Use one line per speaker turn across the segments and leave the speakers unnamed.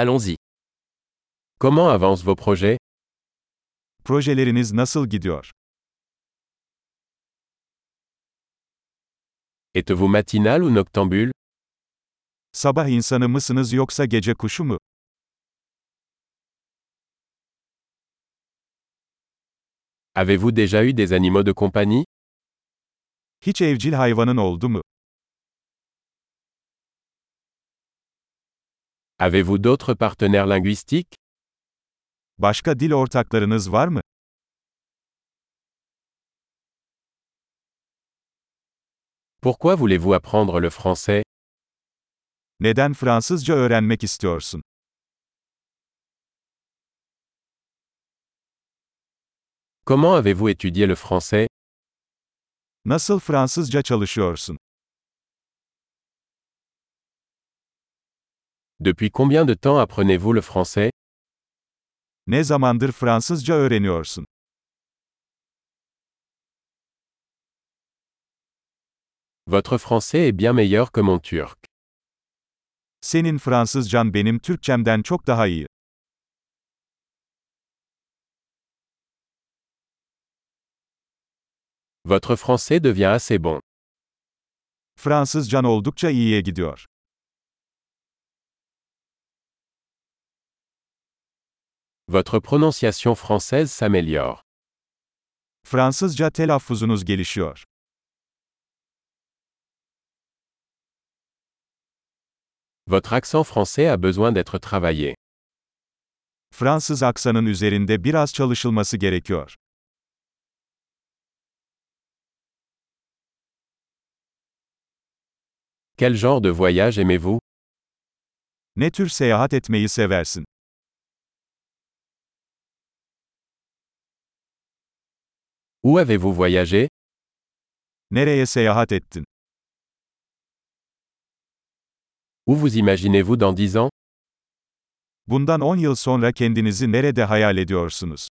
Allons-y. Comment avancent vos projets
Projeleriniz nasıl gidiyor?
Êtes-vous matinal ou noctambule
Sabah insanı mısınız yoksa gece kuşu mu?
Avez-vous déjà eu des animaux de compagnie
Hiç evcil hayvanın oldu mu?
Avez-vous d'autres partenaires linguistiques
Başka dil ortaklarınız var mı?
Pourquoi voulez-vous apprendre le français
Neden Fransızca öğrenmek istiyorsun?
Comment avez-vous étudié le français
Nasıl Fransızca çalışıyorsun?
Depuis combien de temps apprenez-vous le français
Ne zamandır Fransızca öğreniyorsun?
Votre français est bien meilleur que mon turc.
Senin Fransızcan benim Türkçemden çok daha iyi.
Votre français devient assez bon.
Fransızcan oldukça iyiye gidiyor.
Votre prononciation française s'améliore.
Fransızca telaffuzunuz gelişiyor.
Votre accent français a besoin d'être travaillé.
Fransız aksanın üzerinde biraz çalışılması gerekiyor.
Quel genre de voyage aimez-vous
Ne tür seyahat etmeyi seversin?
Où avez-vous voyagé
Nereye seyahat ettin?
Où vous imaginez-vous dans 10 ans
Bundan 10 yıl sonra kendinizi nerede hayal ediyorsunuz?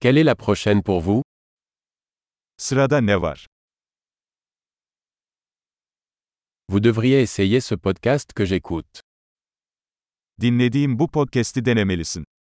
Quelle est la prochaine pour vous
Sırada ne var?
Vous devriez essayer ce podcast que j'écoute.
Dinlediğim bu podcast'i denemelisin.